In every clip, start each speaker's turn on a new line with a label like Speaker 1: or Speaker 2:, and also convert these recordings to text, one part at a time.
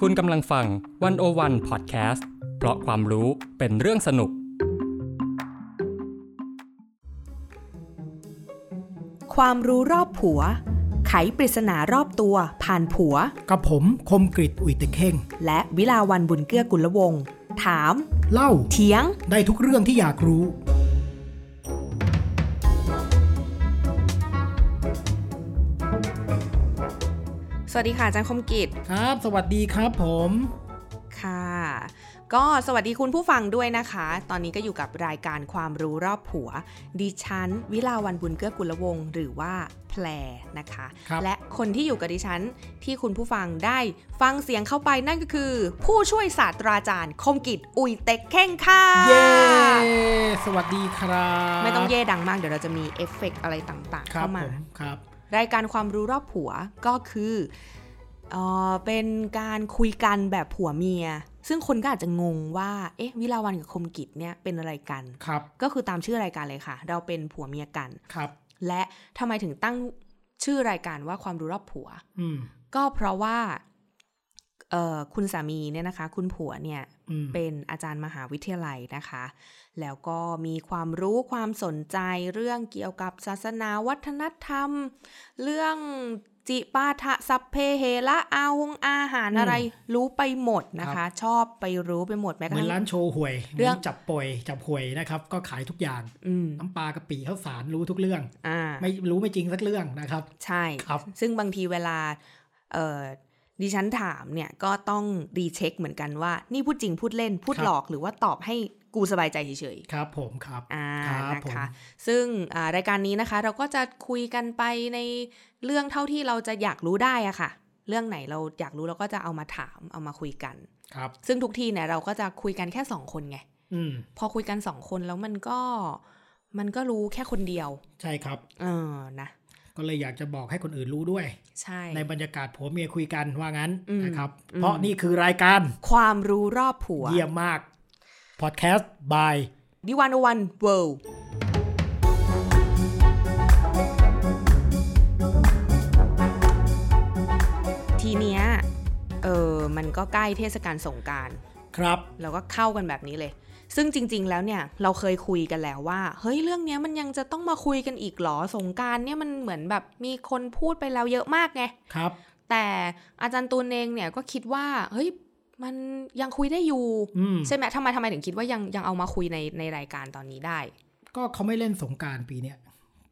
Speaker 1: คุณกำลังฟังวันโอวันพอดแคสต์เพราะความรู้เป็นเรื่องสนุก
Speaker 2: ความรู้รอบผัว ไขปริศนารอบตัว ผ่านผัว
Speaker 3: กับผมคมกริตอุ่ยตะเข่ง
Speaker 2: และวิลาวันบุญเกื้อกุลวงศ์ถาม
Speaker 3: เล่า
Speaker 2: เถียง
Speaker 3: ได้ทุกเรื่องที่อยากรู้
Speaker 2: สวัสดีค่ะอาจารย์คมกิจ
Speaker 3: ครับ สวัสดีครับผม
Speaker 2: ค่ะ ก็สวัสดีคุณผู้ฟังด้วยนะคะ ตอนนี้ก็อยู่กับรายการความรู้รอบผัว ดิฉัน วิลาวันบุญเกื้อกุลวงศ์หรือว่าแพรนะคะ
Speaker 3: ครับ
Speaker 2: และคนที่อยู่กับดิฉันที่คุณผู้ฟังได้ฟังเสียงเข้าไปนั่นก็คือ ผู้ช่วยศาสตราจารย์ คมกิจอุยเต็กเข่งค่ะ
Speaker 3: เย้สวัสดีครับ
Speaker 2: ไม่ต้องเย่ดังมาก เดี๋ยวเราจะมีเอฟเฟกต์อะไรต่างๆ
Speaker 3: ครั
Speaker 2: เข้า
Speaker 3: บ
Speaker 2: มา
Speaker 3: ผมครับ
Speaker 2: รายการความรู้รอบผัวก็คือเออเป็นการคุยกันแบบผัวเมีย ซึ่งคนก็อาจจะงงว่า เอ๊ะ วิลาวันกับคมกิจเนี่ยเป็นอะไรกัน
Speaker 3: ครับ
Speaker 2: ก็คือตามชื่อรายการเลยค่ะ เราเป็นผัวเมียกัน
Speaker 3: ครับ
Speaker 2: และทำไมถึงตั้งชื่อรายการว่าความรู้รอบผัว
Speaker 3: อืม
Speaker 2: ก็เพราะว่าเอ่อคุณสามีเนี่ยนะคะ คุณผัวเนี่ย
Speaker 3: อืม
Speaker 2: เป็นอาจารย์มหาวิทยาลัยนะคะ แล้วก็มีความรู้ความสนใจเรื่องเกี่ยวกับศาสนาวัฒนธรรม เรื่องจิปาทะสัพเพเฮละอาวงอาหารอะไร รู้ไปหมดนะคะ ชอบไปรู้ไปหมดแม้ก
Speaker 3: เห
Speaker 2: ระ
Speaker 3: มือน
Speaker 2: ทั่
Speaker 3: ร้าง นโชว์หวย
Speaker 2: เรื่อง
Speaker 3: หมืนจับป่วยจับหวยนะครับ ก็ขายทุกอย่าง
Speaker 2: อืม
Speaker 3: น้ำปลากะปิข้าวสารรู้ทุกเรื่อง
Speaker 2: อ่า
Speaker 3: ไม่รู้ไม่จริงสักเรื่องนะครับ
Speaker 2: ใช่
Speaker 3: ครับ
Speaker 2: ซึ่งบางทีเวลาเอ่อดิฉันถามเนี่ยก็ต้องรีเช็คเหมือนกันว่า นี่พูดจริงพูดเล่นพูด
Speaker 3: ครับ
Speaker 2: หลอกหรือว่าตอบให้กูสบายใจเฉยๆ
Speaker 3: ครับผมครับ
Speaker 2: อ่า
Speaker 3: ครับ
Speaker 2: นะ
Speaker 3: ผม
Speaker 2: คะ ซึ่งอ่ารายการนี้นะคะ เราก็จะคุยกันไปในเรื่องเท่าที่เราจะอยากรู้ได้อะค่ะ เรื่องไหนเราอยากรู้เราก็จะเอามาถามเอามาคุยกัน
Speaker 3: ครับ
Speaker 2: ซึ่งทุกทีเนี่ยเราก็จะคุยกันแค่สองคนไง
Speaker 3: อืม
Speaker 2: พอคุยกันสองคนแล้วมันก็มันก็รู้แค่คนเดียว
Speaker 3: ใช่ครับ
Speaker 2: เออนะ
Speaker 3: ก็เลยอยากจะบอกให้คนอื่นรู้ด้วย
Speaker 2: ใช่
Speaker 3: ในบรรยากาศผัวเมียคุยกันว่างั้น
Speaker 2: อืม
Speaker 3: นะครับ
Speaker 2: อืม
Speaker 3: เพราะนี่คือรายการ
Speaker 2: ความรู้รอบผัว
Speaker 3: เยี่ยมมาก พอดแคสต์บาย
Speaker 2: ดิวันวันเวิลด์ทีเนี้ยเออมันก็ใกล้เทศกาลสงกราร
Speaker 3: ครับ
Speaker 2: เราก็เข้ากันแบบนี้เลย ซึ่งจริง ๆ แล้วเนี่ยเราเคยคุยกันแล้วว่า เฮ้ยเรื่องเนี้ยมันยังจะต้องมาคุยกันอีกเหรอ สงกรารเนี่ยมันเหมือนแบบมีคนพูดไปแล้วเยอะมากไง
Speaker 3: ครับ
Speaker 2: แต่อาจารย์ตูนเองเนี่ยก็คิดว่า เฮ้ยมันยังคุยได้อยู่
Speaker 3: อืม
Speaker 2: ใช่ไหมทำไมทำไมถึงคิดว่ายังยังเอามาคุยในในรายการตอนนี้ได้
Speaker 3: ก็เขาไม่เล่นสงกรารปีเนี้ย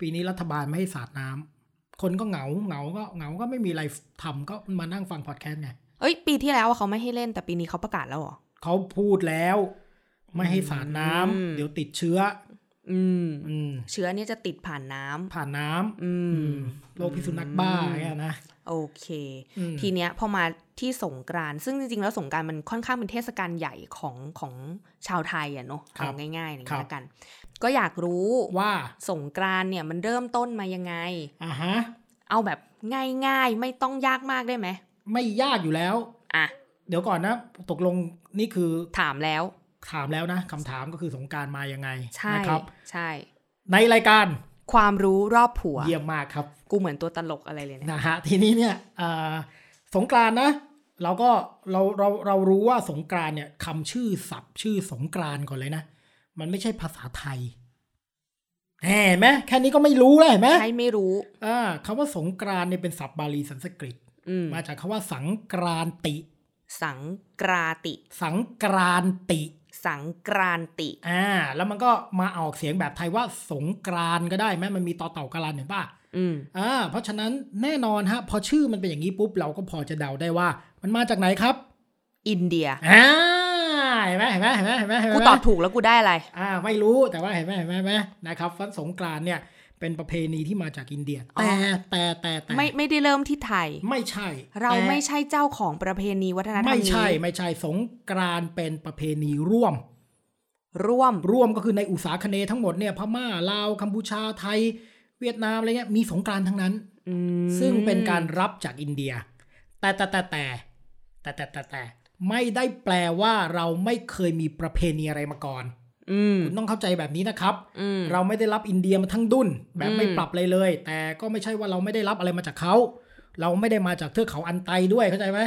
Speaker 3: ปีนี้รัฐบาลไม่ให้สาดน้ำ คนก็เหงา เหงา ก็เหงา ก็ไม่มีอะไรทำก็มานั่งฟังพอดแคสต์ไง
Speaker 2: เอ้ย ปีที่แล้วอะเขาไม่ให้เล่นแต่ปีนี้เขาประกาศแล้วเหรอ
Speaker 3: เขาพูดแล้ว ไม่ให้สาดน้ำ
Speaker 2: อืม
Speaker 3: เดี๋ยวติดเชื้อ
Speaker 2: อืม
Speaker 3: อืม
Speaker 2: เชื้อเนี่ยจะติดผ่านน้ำ
Speaker 3: ผ่านน้ำ
Speaker 2: อื
Speaker 3: อื
Speaker 2: ม
Speaker 3: มโรคพิษสุนัขบ้าเนี่ยนะ
Speaker 2: โอเค
Speaker 3: อืม
Speaker 2: ทีเนี้ยพอมาที่สงกรานต์ซึ่งจริงๆ แล้วสงกรานต์มันค่อนข้างเป็นเทศกาลใหญ่ของของชาวไทยอ่ะเนาะเอาง่ายๆอย่างนี้ละกัน ก็อยากรู้ว่า
Speaker 3: ว่า
Speaker 2: สงกรานต์เนี่ยมันเริ่มต้นมายังไง
Speaker 3: อ่าฮะ
Speaker 2: เอาแบบง่ายๆ ไม่ต้องยากมากได้ไหม
Speaker 3: ไม่ยากอยู่แล้ว
Speaker 2: อ่ะ
Speaker 3: เดี๋ยวก่อนนะ ตกลงนี่คือ
Speaker 2: ถามแล้ว
Speaker 3: ถามแล้วนะคำถามก็คือสงกรารมายังไง
Speaker 2: ใช่
Speaker 3: นะครับ
Speaker 2: ใช่
Speaker 3: ในรายการ
Speaker 2: ความรู้รอบผัว
Speaker 3: เยี่ยมมากครับ
Speaker 2: กูเหมือนตัวตลกอะไรเลยเนี่ย
Speaker 3: นะฮะทีนี้เนี่ยอ่าสงกรานต์นะ เราก็เราเราเรารู้ว่าสงกรานต์เนี่ยคำชื่อศัพท์ชื่อสงกรานต์ก่อนเลยนะ มันไม่ใช่ภาษาไทยแหมเห็นไหมแค่นี้ก็ไม่รู้เลยเห็นไหม
Speaker 2: ใครไม่รู้
Speaker 3: อ่าคำว่าสงกรานต์เนี่ยเป็นศัพท์บาลีสันสกฤต
Speaker 2: อืม
Speaker 3: มาจากคำว่าสังกรานติ
Speaker 2: สังกราติ
Speaker 3: สังกรานติ
Speaker 2: สังกรานติ
Speaker 3: อ่า แล้วมันก็มาออกเสียงแบบไทยว่าสงกรานต์ก็ได้ไหมมันมีต่อเต่ากรานเห็นป่ะ
Speaker 2: อืม
Speaker 3: อ่าเพราะฉะนั้นแน่นอนฮะพอชื่อมันเป็นอย่างนี้ปุ๊บ เราก็พอจะเดาได้ว่า มันมาจากไหนครับ
Speaker 2: อินเดีย
Speaker 3: อ่าเห็นไหมเห็นไหมเห็นไหมเห็นไหมเห็นไหม
Speaker 2: กูตอบถูกแล้วกูได้อะไร
Speaker 3: อ่าไม่รู้แต่ว่าเห็นไหมเห็นไหมเห็นไหมนะครับฟันสงกรานต์เนี่ยเป็นประเพณีที่มาจากอินเดีย
Speaker 2: อ๋อ
Speaker 3: แต่แต่แต่แต่
Speaker 2: ไม่ไม่ได้เริ่มที่ไทย
Speaker 3: ไม่ใช่
Speaker 2: เรา
Speaker 3: แต่
Speaker 2: ไม่ใช่เจ้าของประเพณีวัฒนธรรม
Speaker 3: ไม่
Speaker 2: นี้
Speaker 3: ใช่ไม่ใช่สงกรานต์เป็นประเพณีร่วม
Speaker 2: ร่วม
Speaker 3: ร่วมก็คือในอุตสาคเนย์ทั้งหมดเนี่ยพม่าลาวกัมพูชาไทย เวียดนามอะไรเงี้ยมีสงกรานต์ทั้งนั้น
Speaker 2: อืม
Speaker 3: ซึ่งเป็นการรับจากอินเดีย แต่แต่แต่แต่แต่แต่แต่แต่ไม่ได้แปลว่าเราไม่เคยมีประเพณีอะไรมาก่อน
Speaker 2: อืม
Speaker 3: คุณต้องเข้าใจแบบนี้นะครับ
Speaker 2: อืม
Speaker 3: เราไม่ได้รับอินเดียมาทั้งดุนแบบไม่
Speaker 2: อืม
Speaker 3: ปรับเลยเลย แต่ก็ไม่ใช่ว่าเราไม่ได้รับอะไรมาจากเขา เราไม่ได้มาจากเทือกเขาอันไตด้วยเข้าใจไหม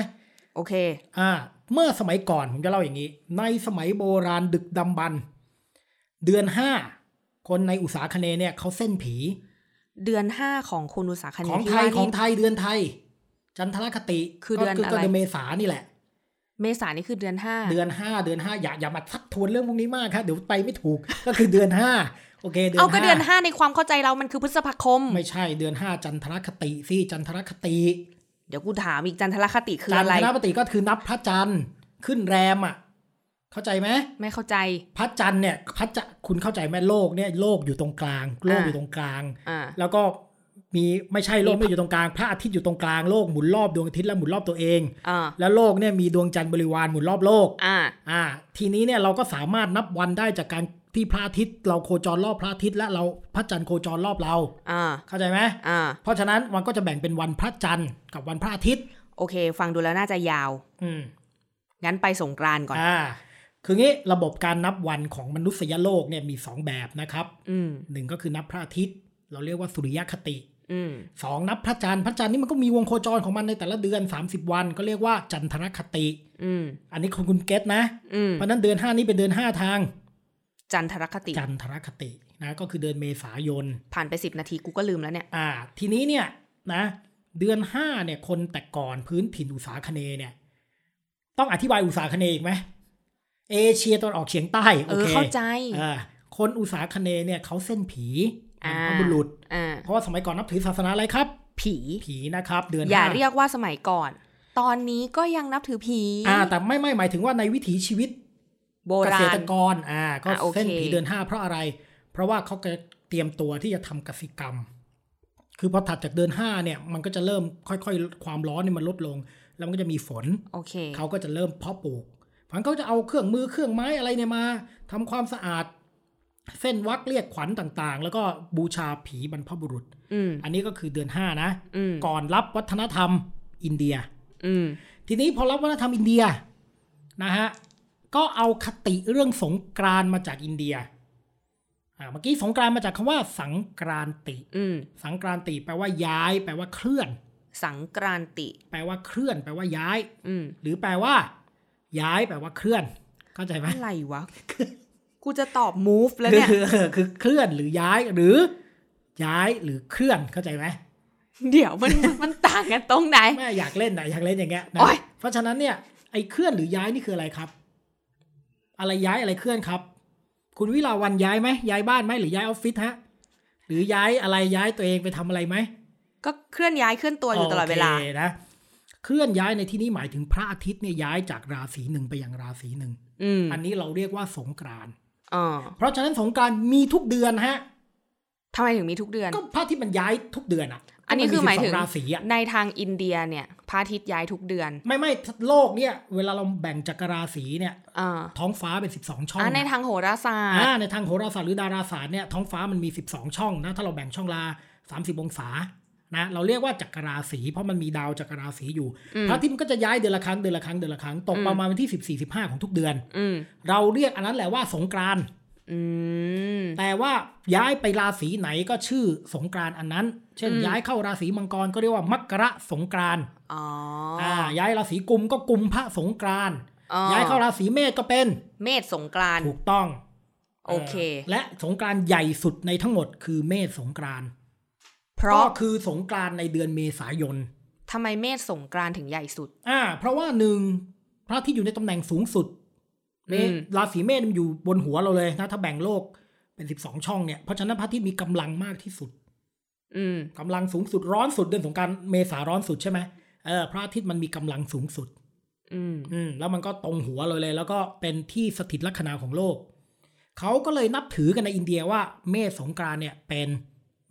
Speaker 2: โอเค
Speaker 3: อ่าเมื่อสมัยก่อนผมจะเล่าอย่างนี้ ในสมัยโบราณดึกดำบรรพ์เดือนห้าคนในอุษาคเนย์เนี่ยเขาเส้นผี
Speaker 2: เดือนห้าของคุณอุตสาคเน
Speaker 3: ของ
Speaker 2: ที่
Speaker 3: ไทย
Speaker 2: ว่า
Speaker 3: ของ
Speaker 2: นี่
Speaker 3: ไทยเดือนไทย จันทรคติ
Speaker 2: คือ
Speaker 3: ก็
Speaker 2: เดือนอะไร
Speaker 3: ก็เดือนเมษานี่แหละ
Speaker 2: เมษานี่คือเดือนห้า
Speaker 3: เดือนห้าเดือนห้าอย่าอย่ามาทักทวนเรื่องพวกนี้มากครับเดี๋ยวไปไม่ถูก ก็คือเดือนห้าโอเคเดือน
Speaker 2: เอาก็เดือน
Speaker 3: ห้า
Speaker 2: ห้าในความเข้าใจเรามันคือพฤษภาคม
Speaker 3: ไม่ใช่เดือนห้าจันทรคติสิจันทรคติ
Speaker 2: เดี๋ยวกูถามอีกจันทรคติคือ
Speaker 3: จัน
Speaker 2: อะไร
Speaker 3: ทรคติก็คือนับพระจันทร์ขึ้นแรมอ่ะ เข้าใจไหม
Speaker 2: ไม่เข้าใจ
Speaker 3: พระจันทร์เนี่ยพระจะคุณเข้าใจไหมโลกเนี่ยโลกอยู่ตรงกลาง โลก
Speaker 2: อ่า
Speaker 3: อยู่ตรงกลาง
Speaker 2: อ่า
Speaker 3: แล้วก็มีไม่ใช่โลกไม่อยู่ตรงกลางพระอาทิตย์อยู่ตรงกลางโลกหมุนรอบดวงอาทิตย์และหมุนรอบตัวเอง
Speaker 2: อ่า
Speaker 3: แล้วโลกเนี่ยมีดวงจันทร์บริวารหมุนรอบโลก
Speaker 2: อ่า
Speaker 3: อ่า ทีนี้เนี่ยเราก็สามารถนับวันได้จากการที่พระอาทิตย์เราโคจรรอบพระอาทิตย์และเราพระจันทร์โคจรรอบเรา
Speaker 2: อ่า
Speaker 3: เข้าใจไหม
Speaker 2: อ่า
Speaker 3: เพราะฉะนั้นมันก็จะแบ่งเป็นวันพระจันทร์กับวันพระอาทิตย์
Speaker 2: โอเค ฟังดูแล้วน่าจะยาว
Speaker 3: อืม
Speaker 2: งั้นไปสงกรานต์ก่อน
Speaker 3: อ่า คืองี้ระบบการนับวันของมนุษยโลกเนี่ยมี 2 แบบนะครับ
Speaker 2: อืม
Speaker 3: หนึ่งก็คือนับพระอาทิตย์ เราเรียกว่าสุริยคติ
Speaker 2: อืม
Speaker 3: สองนับพระจันทร์พระจันทร์นี่มันก็มีวงโคจรของมันในแต่ละเดือน 30 วันก็เรียกว่าจันทรคติ
Speaker 2: อืม
Speaker 3: อันนี้คุณคุณเก็ตนะ
Speaker 2: อืม
Speaker 3: เพราะฉะนั้นเดือน 5 นี้เป็นเดือน 5 ทาง
Speaker 2: จันทรคติ
Speaker 3: จันทรคตินะก็คือเดือนเมษายน
Speaker 2: ผ่านไปสิบนาทีกูก็ลืมแล้วเนี่ย
Speaker 3: อ่า ทีนี้เนี่ยนะ เดือน 5 เนี่ยคนแต่ก่อนพื้นถิ่นอุษาคเนย์เนี่ย ต้องอธิบายอุษาคเนย์อีกไหมเอเชียตะวันออกเฉียงใต้
Speaker 2: เอ
Speaker 3: โอ
Speaker 2: อ
Speaker 3: เค
Speaker 2: เข้าใจ
Speaker 3: อ่าคนอุษาคเนย์เนี่ยเขาเส้นผีบร
Speaker 2: อ่าร
Speaker 3: พบุรุษ
Speaker 2: อ่า
Speaker 3: เพราะว่าสมัยก่อนนับถือศาสนาอะไรครับ
Speaker 2: ผี
Speaker 3: ผีนะครับ เดือน
Speaker 2: อย่า
Speaker 3: ห้
Speaker 2: เรียกว่าสมัยก่อน ตอนนี้ก็ยังนับถือผี
Speaker 3: อ่า แต่ไม่ไม่หมายถึงว่าในวิถีชีวิต
Speaker 2: โบ
Speaker 3: เก
Speaker 2: รา
Speaker 3: ษ
Speaker 2: ณ
Speaker 3: ตรกรอ่า ก็
Speaker 2: อ่าโอเค
Speaker 3: เส้นผีเดือนห้าเพราะอะไร เพราะว่าเขาจะเตรียมตัวที่จะทำกสิกรรม คือพอถัดจากเดือนห้าเนี่ย มันก็จะเริ่มค่อยๆ ความร้อนเนี่ยมันลดลง แล้วมันก็จะมีฝน
Speaker 2: โอเค
Speaker 3: เขาก็จะเริ่มเพาะปลูกฝันเขาจะเอาเครื่องมือเครื่องไม้อะไรเนี่ยมาทำความสะอาด เส้นวักเรียกขวัญต่างๆ แล้วก็บูชาผีบรรพบุรุษ
Speaker 2: อืม
Speaker 3: อันนี้ก็คือเดือน 5 นะ
Speaker 2: อืม
Speaker 3: ก่อนรับวัฒนธรรมอินเดีย
Speaker 2: อืม
Speaker 3: ทีนี้พอรับวัฒนธรรมอินเดียนะฮะก็เอาคติเรื่องสงกรานต์มาจากอินเดียอ่าเมื่อกี้สงกรานต์มาจากคำว่า สังกรานติ
Speaker 2: อืม
Speaker 3: สังกรานติแปลว่าย้าย แปลว่าเคลื่อน
Speaker 2: สังกรานติ
Speaker 3: แปลว่าเคลื่อน แปลว่าย้าย
Speaker 2: อืม
Speaker 3: หรือแปลว่า ย้ายแปลว่าเคลื่อน เข้าใจไหม
Speaker 2: อะไรวะ กูจะตอบ move แล้วเนี่ย
Speaker 3: คือ คือคือเคลื่อนหรือย้ายหรือ ย้ายหรือเคลื่อนเข้าใจไหม
Speaker 2: เดี๋ยวมัน มันมันต่างกันตรงไหน
Speaker 3: แม่อยากเล่นนะอยากเล่นอย่างเงี้ยนะ
Speaker 2: โอ๊ย
Speaker 3: เพราะฉะนั้นเนี่ยไอ้เคลื่อนหรือย้ายนี่คืออะไรครับ อะไรย้ายอะไรเคลื่อนครับ คุณวิลาวันย้ายไหมย้ายบ้านไหมหรือย้ายออฟฟิศฮะ หรือย้ายอะไรย้ายตัวเองไปทำอะไรไหม
Speaker 2: ก็เคลื่อนย้ายเคลื่อนตัวอยู่ตลอดเวลา
Speaker 3: โคนะเคลื่อนย้ายในที่นี้หมายถึงพระอาทิตย์เนี่ยย้ายจากราศีหนึ่งไปยังราศีหนึ่ง
Speaker 2: อืม
Speaker 3: อันนี้เราเรียกว่าสงกรานต์
Speaker 2: อ๋อ
Speaker 3: เพราะฉะนั้นสงกรารมีทุกเดือนฮะ
Speaker 2: ทำไมถึงมีทุกเดือน
Speaker 3: ก็พระอาที่มันย้ายทุกเดือนอ่ะ
Speaker 2: อันนี้คือหมายถึง
Speaker 3: ก็น12ราศีอ่ะ
Speaker 2: ในทางอินเดียเนี่ยพระอาทิตย์ย้ายทุกเดือน
Speaker 3: ไม่ไม่โลกเนี่ย เวลาเราแบ่งจักรราศีเนี่ย
Speaker 2: อ่า
Speaker 3: ท้องฟ้าเป็น 12 ช่อง
Speaker 2: อ่าในทางโหราศาสต
Speaker 3: อ่า
Speaker 2: ร์
Speaker 3: ในทางโหราศาสตร์หรือดาราศาสตร์เนี่ยท้องฟ้ามันมี 12 ช่องนะถ้าเราแบ่งช่องลา 30 องศานะเราเรียกว่าจักรราศีเพราะมันมีดาวจักรราศีอยู่พระอาทิตย์มันก็จะย้ายเดือนละครั้งเดือนละครั้งเดือนละครั้งตกประมาณวันที่ 14 15 ของทุกเดือน
Speaker 2: อืม
Speaker 3: เราเรียกอันนั้นแหละว่าสงกรานต์
Speaker 2: อืม
Speaker 3: แต่ว่าย้ายไปราศีไหนก็ชื่อสงกรานต์อันนั้น เช่น ย้ายเข้าราศีมังกรก็เรียกว่ามกระสงกรานต์
Speaker 2: อ๋อ
Speaker 3: อ่าย้ายราศีกุมก็กุมพระสงกรานต์
Speaker 2: อ๋อ
Speaker 3: ย้ายเข้าราศีเมษก็เป็น
Speaker 2: เมษสงกรานต์
Speaker 3: ถูกต้อง
Speaker 2: โอเค
Speaker 3: และสงกรานต์ใหญ่สุดในทั้งหมดคือเมษสงกรานต์
Speaker 2: เพ
Speaker 3: ก็
Speaker 2: ราะ
Speaker 3: คือสงกรานต์ในเดือนเมษายน
Speaker 2: ทำไมเมษสงกรานต์ถึงใหญ่สุด
Speaker 3: อ่า เพราะว่าหนึ่งพระอาที่อยู่ในตำแหน่งสูงสุดเมษ
Speaker 2: อืม
Speaker 3: ราศีเมษมันอยู่บนหัวเราเลยนะถ้าแบ่งโลกเป็นสิบสองช่องเนี่ยเพราะฉะนั้นพระอาที่มีกำลังมากที่สุด
Speaker 2: อืม
Speaker 3: กำลังสูงสุดร้อนสุดเดือนสงกรารเมษาร้อนสุดใช่ไหมเออพระอาทิตย์มันมีกำลังสูงสุด
Speaker 2: อืม
Speaker 3: อืมแล้วมันก็ตรงหัวเราเลย แล้วก็เป็นที่สถิตลัคนาของโลก เขาก็เลยนับถือกันในอินเดียว่าเมษสงกรานต์เนี่ยเป็น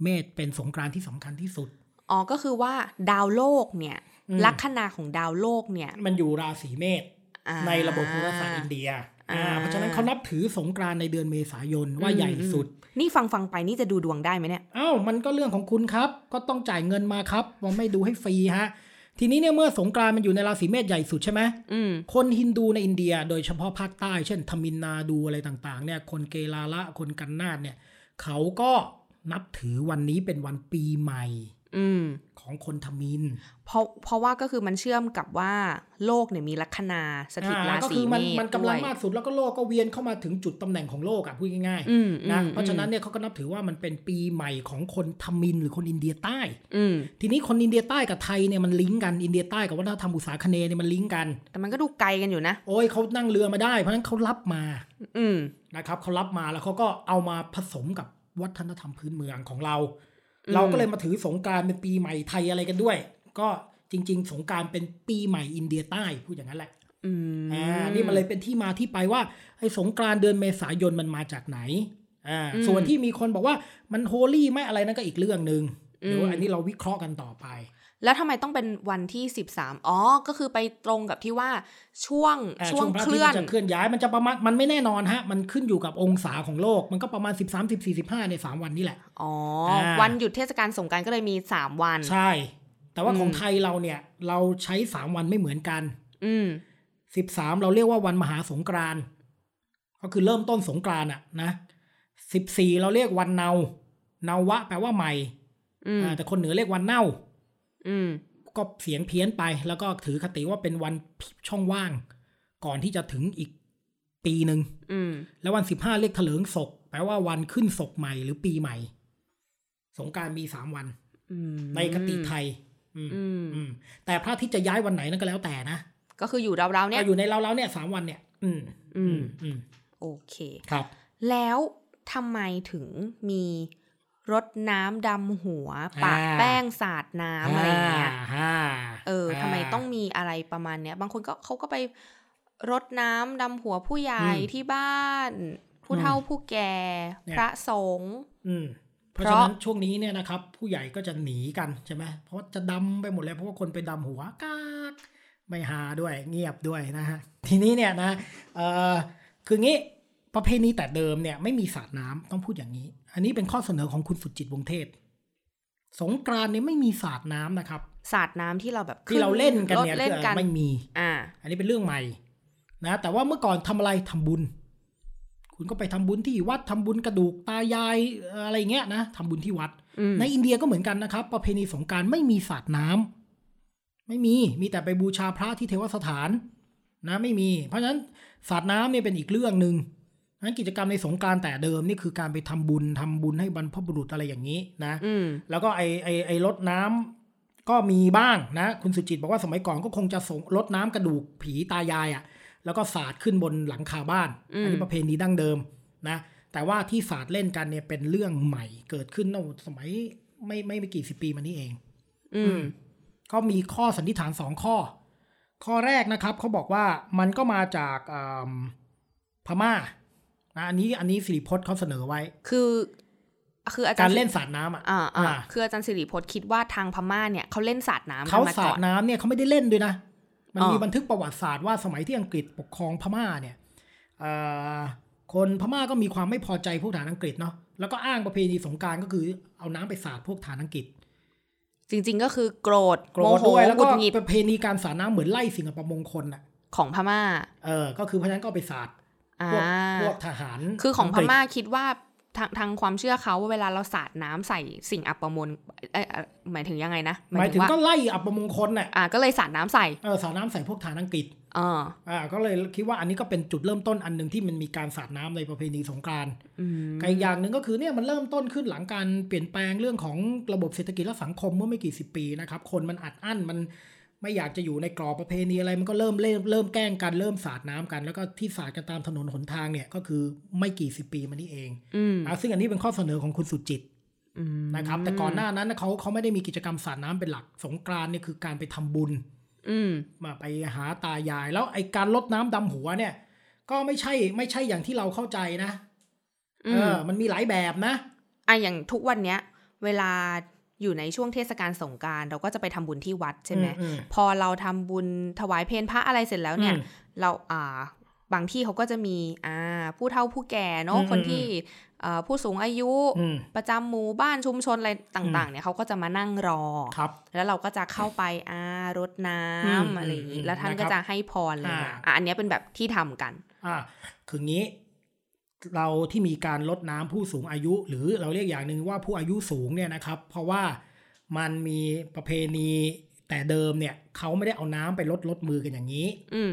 Speaker 3: เมษเป็นสงกรานต์ที่สำคัญที่สุด
Speaker 2: อ๋อก็คือว่าดาวโลกเนี่ย
Speaker 3: อืม
Speaker 2: ลัคนาของดาวโลกเนี่ย
Speaker 3: มันอยู่ราศีเมษ
Speaker 2: อ่า
Speaker 3: ในระบบโหราศาสตร์อินเดียอ่า
Speaker 2: อ่า
Speaker 3: เพราะฉะนั้นเขานับถือสงกรานต์ในเดือนเมษายนว่าใหญ่สุด
Speaker 2: นี่ฟังฟังไปนี่จะดูดวงได้ไหมเนี่ย
Speaker 3: อ้าวมันก็เรื่องของคุณครับ ก็ต้องจ่ายเงินมาครับว่าไม่ดูให้ฟรีฮะ ทีนี้เนี่ยเมื่อสงกรานต์มันอยู่ในราศีเมษใหญ่สุดใช่ไหม
Speaker 2: อืม
Speaker 3: คนฮินดูในอินเดียโดยเฉพาะภาคใต้ เช่นทมินนาดูอะไรต่างๆเนี่ยคนเกลาละคนกันนาดเนี่ยเขาก็นับถือวันนี้เป็นวันปีใหม่
Speaker 2: อืม
Speaker 3: ของคนทมิน
Speaker 2: เพราะเพราะว่าก็คือมันเชื่อมกับว่าโลกเนี่ยมีลัคนาสถิตรา
Speaker 3: อ่าก็
Speaker 2: ศี
Speaker 3: คือมัน
Speaker 2: เมษ
Speaker 3: มันกำลัง
Speaker 2: ด้วย
Speaker 3: มากสุดแล้วก็โลกก็เวียนเข้ามาถึงจุดตำแหน่งของโลกอ่ะพูดง่าย
Speaker 2: อืม
Speaker 3: ๆนะ
Speaker 2: อืม
Speaker 3: เพราะฉะนั้นเนี่ยเขาก็นับถือว่ามันเป็นปีใหม่ของคนทมินหรือคนอินเดียใต้
Speaker 2: อืม
Speaker 3: ทีนี้คนอินเดียใต้กับไทยเนี่ยมันลิงก์กันอินเดียใต้กับวัฒนธรรมอุษาคเนย์เนี่ยมันลิงก์กัน
Speaker 2: แต่มันก็ดูไกลกันอยู่นะ
Speaker 3: โอ้ยเขานั่งเรือมาได้เพราะฉะนั้นเขารับมา
Speaker 2: อืม
Speaker 3: นะครับเขารับมาแล้วเขาก็เอามาผสมกับวัฒนธรรมพื้นเมืองของเรา เราก็เลยมาถือสงกรารเป็นปีใหม่ไทยอะไรกันด้วย ก็จริง ๆ สงกรารเป็นปีใหม่อินเดียใต้พูดอย่างนั้นแหละ
Speaker 2: อืม
Speaker 3: อ่านี่มันเลยเป็นที่มาที่ไปว่าไอ้สงกรารเดือนเมษายนมันมาจากไหนอ่าส่วนที่มีคนบอกว่ามันโฮลี่ไม่อะไรนั่นก็อีกเรื่องหนึ่งเดี๋ยวอันนี้เราวิเคราะห์กันต่อไป
Speaker 2: แล้วทำไมต้องเป็นวันที่สิบสามอ๋อ ก็คือไปตรงกับที่ว่าช่วง
Speaker 3: อ่า
Speaker 2: ช่วง
Speaker 3: พระ
Speaker 2: เค
Speaker 3: อาทิต
Speaker 2: ลื่อน
Speaker 3: ย์มันจะเคลื่อนย้ายมันจะประมาณมันไม่แน่นอนฮะ มันขึ้นอยู่กับองศาของโลก มันก็ประมาณ 13 14 15ในสามวันนี่แหละ
Speaker 2: อ๋อ
Speaker 3: อ่า
Speaker 2: วันหยุดเทศกาลสงกรารก็เลยมีสามวัน
Speaker 3: ใช่ แต่ว่า
Speaker 2: อืม
Speaker 3: ของไทยเราเนี่ย เราใช้ 3 วันไม่เหมือนกัน
Speaker 2: อืม
Speaker 3: 13 เราเรียกว่าวันมหาสงกรานต์ก็คือเริ่มต้นสงกรานต์อะนะ 14 เราเรียกวันเนาเนาวะแปลว่าใหม่
Speaker 2: อืม
Speaker 3: อ่าแต่คนเหนือเรียกวันเน่า
Speaker 2: อืม
Speaker 3: ก็เสียงเพี้ยนไป แล้วก็ถือคติว่าเป็นวันช่องว่าง ก่อนที่จะถึงอีกปีหนึ่ง
Speaker 2: อืม
Speaker 3: แล้ววันสิบห้าเรียกเถลิงศก แปลว่าวันขึ้นศกใหม่หรือปีใหม่ สงกรารมีสามวัน
Speaker 2: อืม
Speaker 3: ในคติไทย อืม
Speaker 2: อืม
Speaker 3: อืมแต่พระอาทิตย์จะย้ายวันไหนนั่นก็แล้วแต่นะ
Speaker 2: ก็คืออยู่เราๆเนี่ย
Speaker 3: ก็อยู่ในเราๆเนี่ยสามวันเนี่ย อืม
Speaker 2: อืม
Speaker 3: อืม
Speaker 2: โอเค
Speaker 3: ครับ
Speaker 2: แล้วทำไมถึงมีรดน้ำดำหัวปะ
Speaker 3: อ่า
Speaker 2: แป้งสาดน้ำอะไรอย่างเงี้ย
Speaker 3: ฮ่า
Speaker 2: เออทำไมต้อง
Speaker 3: า
Speaker 2: มีอะไรประมาณเนี้ย บางคนก็เขาก็ไปรดน้ำดำหัวผู้ใหญ่
Speaker 3: อืม
Speaker 2: ที่บ้าน ผู้เฒ่าผู้แก่
Speaker 3: เนี่ย
Speaker 2: พระสงฆ์
Speaker 3: อืมเพราะ
Speaker 2: เพ
Speaker 3: ฉะ
Speaker 2: ราะ
Speaker 3: นั้นช่วงนี้เนี่ยนะครับ ผู้ใหญ่ก็จะหนีกันใช่ไหมเพราะจะดำไปหมดเลยเพราะว่าคนไปดำหัวกากไม่หาด้วยเงียบด้วยนะฮะทีนี้เนี่ยนะเออคืองี้ประเพณีแต่เดิมเนี่ยไม่มีสาดน้ำต้องพูดอย่างนี้ อันนี้เป็นข้อเสนอของคุณสุจิตวงศ์เทพ สงกรานต์เนี่ยไม่มีสาดน้ำนะครับ
Speaker 2: สาดน้ำที่เราแบบ
Speaker 3: ที่เราเล่นกันเนี่ย
Speaker 2: รถเล่นกัน
Speaker 3: ไม่มี
Speaker 2: อ่า
Speaker 3: อันนี้เป็นเรื่องใหม่นะ แต่ว่าเมื่อก่อนทำอะไรทำบุญ คุณก็ไปทำบุญที่วัดทำบุญกระดูกตายายเอ่ออะไรอย่างเงี้ยนะทำบุญที่วัด
Speaker 2: อืม
Speaker 3: ในอินเดียก็เหมือนกันนะครับ ประเพณีสงกรารไม่มีสาดน้ำไม่มีมีแต่ไปบูชาพระที่เทวสถานนะไม่มี เพราะฉะนั้นสาดน้ำเนี่ยเป็นอีกเรื่องหนึ่งเพราะฉะนั้นกิจกรรมในสงกรารแต่เดิมนี่คือการไปทำบุญทำบุญให้บรรพบุรุษอะไรอย่างนี้นะ
Speaker 2: อืม
Speaker 3: แล้วก็ไอไอไอรถน้ำก็มีบ้างนะ คุณสุจิตบอกว่าสมัยก่อนก็คงจะส่งรถน้ำกระดูกผีตายายอะ่ะ แล้วก็สาดขึ้นบนหลังคาบ้าน
Speaker 2: อืม
Speaker 3: นี้ประเพณีดั้งเดิมนะ แต่ว่าที่สาดเล่นกันเนี่ยเป็นเรื่องใหม่เกิดขึ้นในสมัยไม่ไม่ไม่กี่สิบปีมานี้เอง
Speaker 2: อืม
Speaker 3: ก็มีข้อสันนิษฐานสองข้อ ข้อแรกนะครับเขาบอกว่ามันก็มาจากอ่ำพม่านะอันนี้อันนี้สิริพจน์เขาเสนอไว้
Speaker 2: คือ คืออาจาก
Speaker 3: าร ร
Speaker 2: ย์
Speaker 3: เล่นสาดน้ำอ่ะ
Speaker 2: อ่าอ่า
Speaker 3: อ่า
Speaker 2: คืออาจารย์สิริพจน์คิดว่าทางพม่าเนี่ยเขาเล่นสาดน้ำกั
Speaker 3: เขา
Speaker 2: นมา
Speaker 3: สา
Speaker 2: ก่
Speaker 3: ด
Speaker 2: อน
Speaker 3: น้ำเนี่ยเขาไม่ได้เล่นด้วยนะ มัน
Speaker 2: อ๋อ
Speaker 3: มีบันทึกประวัติศาสตร์ว่าสมัยที่อังกฤษปกครองพม่าเนี่ยเอ่อคนพม่าก็มีความไม่พอใจพวกฐานอังกฤษเนาะ แล้วก็อ้างประเพณีสงกรารก็คือเอาน้ำไปสาดพวกฐานอังกฤษ
Speaker 2: จริง ๆ ก็คือโกรธ
Speaker 3: โกร
Speaker 2: โม
Speaker 3: ธ
Speaker 2: โห
Speaker 3: ด้วยแล้ว
Speaker 2: หงุ
Speaker 3: ก็
Speaker 2: ดหงิด
Speaker 3: ประเพณีการสาดน้ำเหมือนไล่สิ่งอัปมงคลอ่ะ
Speaker 2: ของพม่า
Speaker 3: เออ ก็คือเพราะฉะนั้นก็เอาไปสาด
Speaker 2: อ่า
Speaker 3: พวกพวกทหาร
Speaker 2: คือของพ
Speaker 3: กฤษ
Speaker 2: ม่าคิดว่าทางทางความเชื่อเขาว่าเวลาเราสาดน้ำใส่สิ่งอัปมงคลเอ้ยเอ่อหมายถึงยังไงนะ
Speaker 3: หมายถึง
Speaker 2: ว่
Speaker 3: ก็ไล่อัปมงคลน่ะ
Speaker 2: อ่าก็เลยสาดน้ำใส่
Speaker 3: เออ สาดน้ำใส่พวกฐานอังกฤษ
Speaker 2: เออ
Speaker 3: อ่า ก็เลยคิดว่าอันนี้ก็เป็นจุดเริ่มต้นอันหนึ่งที่มันมีการสาดน้ำในประเพณีสงกราร
Speaker 2: อืม
Speaker 3: กับอีกอย่างหนึ่งก็คือเนี่ยมันเริ่มต้นขึ้นหลังการเปลี่ยนแปลงเรื่องของระบบเศรษฐกิจและสังคมเมื่อไม่กี่สิบปีนะครับ คนมันอัดอั้นมันไม่อยากจะอยู่ในกรอบประเพณีอะไร มันก็เริ่มเล่นเริ่มแกล้งกันเริ่มสาดน้ำกัน แล้วก็ที่สาดกันตามถนนหนทางเนี่ยก็คือไม่กี่สิบปีมานี้เอง
Speaker 2: อืม
Speaker 3: อ่ะซึ่งอันนี้เป็นข้อเสนอของคุณสุจิต
Speaker 2: อืม
Speaker 3: นะครับ แต่ก่อนหน้านั้นนะเขาเขาไม่ได้มีกิจกรรมสาดน้ำเป็นหลักสงกรานต์เนี่ยคือการไปทำบุญ
Speaker 2: อืม
Speaker 3: มาไปหาตายายแล้วไอการลดน้ำดำหัวเนี่ย ก็ไม่ใช่ไม่ใช่อย่างที่เราเข้าใจนะ
Speaker 2: อืม
Speaker 3: เออ มันมีหลายแบบนะ
Speaker 2: อ่ะอย่างทุกวันเนี้ย เวลาอยู่ในช่วงเทศกาลสงกรารเราก็จะไปทำบุญที่วัดใช่ไหม
Speaker 3: อืม
Speaker 2: พอเราทำบุญถวายเพลพระอะไรเสร็จแล้วเนี่ย
Speaker 3: อืม
Speaker 2: เราอ่าบางที่เขาก็จะมีอ่าผู้เฒ่าผู้แก่เนาะ
Speaker 3: อืม
Speaker 2: คน
Speaker 3: อืม
Speaker 2: ที่เอ่อผู้สูงอายุ
Speaker 3: อืม
Speaker 2: ประจำหมู่บ้านชุมชนอะไรต่าง ๆ เนี่ยเขาก็จะมานั่งรอ
Speaker 3: ครับ
Speaker 2: แล้วเราก็จะเข้าไปอารดน้
Speaker 3: อืม
Speaker 2: ำอะไรอย่างนี้
Speaker 3: อืม
Speaker 2: แล้วท่าน
Speaker 3: นะครับ
Speaker 2: ก็จะให้พรเลยนะ
Speaker 3: อ่า
Speaker 2: อ่ะอันเนี้ยเป็นแบบที่ทำกัน
Speaker 3: อ่าคืองี้ เราที่มีการลดน้ำผู้สูงอายุ หรือเราเรียกอย่างหนึ่งว่าผู้อายุสูงเนี่ยนะครับ เพราะว่า มันมีประเพณีแต่เดิมเนี่ยเขาไม่ได้เอาน้ำไปลดลดมือกันอย่างนี้
Speaker 2: อืม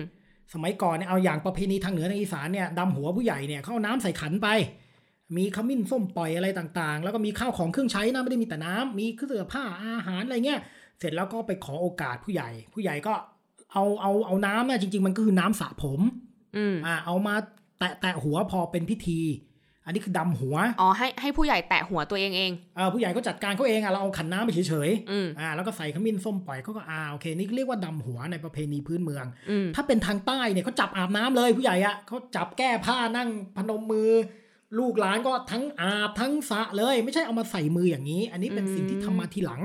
Speaker 3: สมัยก่อนเนี่ยเอาอย่างประเพณีทางเหนือทางอีสานเนี่ยดำหัวผู้ใหญ่เนี่ยเขาเอาน้ำใส่ขันไป มีขมิ้นส้มปล่อยอะไรต่างๆ แล้วก็มีข้าวของเครื่องใช้นะไม่ได้มีแต่น้ำมีเครื่องเสื้อผ้าอาหารอะไรเงี้ยเสร็จแล้วก็ไปขอโอกาสผู้ใหญ่ ผู้ใหญ่ก็เอาเอาเอาน้ำนะจริง ๆ มันก็คือน้ำสระผม
Speaker 2: อืม
Speaker 3: อ่าเอามาแตะแตะหัวพอเป็นพิธี อันนี้คือดำหัว
Speaker 2: อ๋อ ให้ให้ผู้ใหญ่แตะหัวตัวเองเอง
Speaker 3: เออผู้ใหญ่ก็จัดการเขาเองอ่ะเราเอาขันน้ำไปเฉย
Speaker 2: อืม
Speaker 3: ๆอ่าแล้วก็ใส่ขมิ้นส้มปล่อยเขาก็อ่าโอเคนี่เรียกว่าดำหัวในประเพณีพื้นเมือง
Speaker 2: อืม
Speaker 3: ถ้าเป็นทางใต้เนี่ยเขาจับอาบน้ำเลยผู้ใหญ่อะเขาจับแก้ผ้านั่งพนมมือ ลูกหลานก็ทั้งอาบทั้งสระเลย ไม่ใช่เอามาใส่มืออย่างนี้ อันนี้เป็น
Speaker 2: อืม
Speaker 3: สิ่งที่ทำมาทีหลัง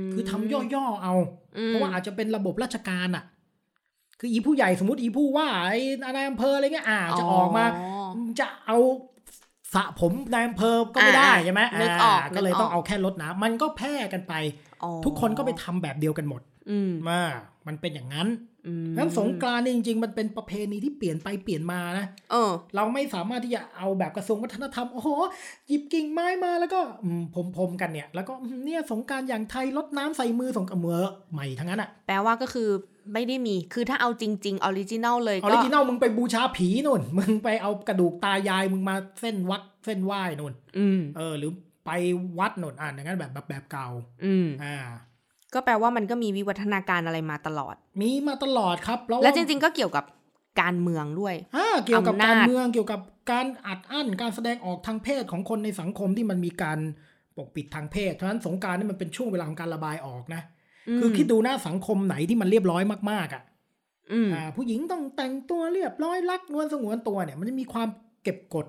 Speaker 2: ม
Speaker 3: คือทำย่อๆเอา
Speaker 2: อืม
Speaker 3: เพราะว่าอาจจะเป็นระบบราชการอะคืออีผู้ใหญ่สมมติอีผู้ว่าไอ้นายอำเภออะไรเงี้ยอ่าจะออกมา จะเอาสระผมนายอำเภอก็ไม่ได้ใช่ไหม
Speaker 2: นึกออก
Speaker 3: าก็เลยต้องเอาแค่ลดน้ำมันก็แพร่กันไป
Speaker 2: อ๋อ
Speaker 3: ทุกคนก็ไปทำแบบเดียวกันหมด
Speaker 2: อืม
Speaker 3: มามันเป็นอย่างนั้น
Speaker 2: อืม
Speaker 3: งั้นสงกรานต์เนี่ยจริงๆ มันเป็นประเพณีที่เปลี่ยนไปเปลี่ยนมานะ
Speaker 2: เออ
Speaker 3: เราไม่สามารถที่จะเอาแบบกระทรวงวัฒนธรรม โอ้โห หยิบกิ่งไม้มาแล้วก็ผมพรมๆกันเนี่ย แล้วก็อืมเนี่ยสงกรารอย่างไทยลดน้ำใส่มือสงกรารเมือใหม่ทั้งนั้นอะ
Speaker 2: แปลว่าก็คือไม่ได้มี คือถ้าเอาจริง ๆ ออริจินัลเลย
Speaker 3: ออ
Speaker 2: ก็
Speaker 3: ริจินอลมึงไปบูชาผีนู่น มึงไปเอากระดูกตายายมึงมาเส้นวัดเส้นไหว้นู่น
Speaker 2: อืม
Speaker 3: เออ หรือไปวัดนู่นอ่านอย่างนั้นแบบแบบแบบเก่า
Speaker 2: อืม
Speaker 3: อ่า
Speaker 2: ก็แปลว่ามันก็มีวิวัฒนาการอะไรมาตลอด
Speaker 3: มีมาตลอดครับแล้ว
Speaker 2: และจริง ๆ ก็เกี่ยวกับการเมืองด้วย
Speaker 3: อ่าเกี่ยวกับ
Speaker 2: อำนาจ
Speaker 3: การเมืองเกี่ยวกับการอัดอั้นการแสดงออกทางเพศของคนในสังคมที่มันมีการปกปิดทางเพศเพราะฉะนั้นสงกรารนี่มันเป็นช่วงเวลาของการระบายออกนะ
Speaker 2: ม
Speaker 3: คือคิดดูหน้าสังคมไหนที่มันเรียบร้อยมากๆอ่ะ
Speaker 2: อืม
Speaker 3: อ่าผู้หญิงต้องแต่งตัวเรียบร้อยรักนวลสงวนตัวเนี่ยมันจะมีความเก็บกด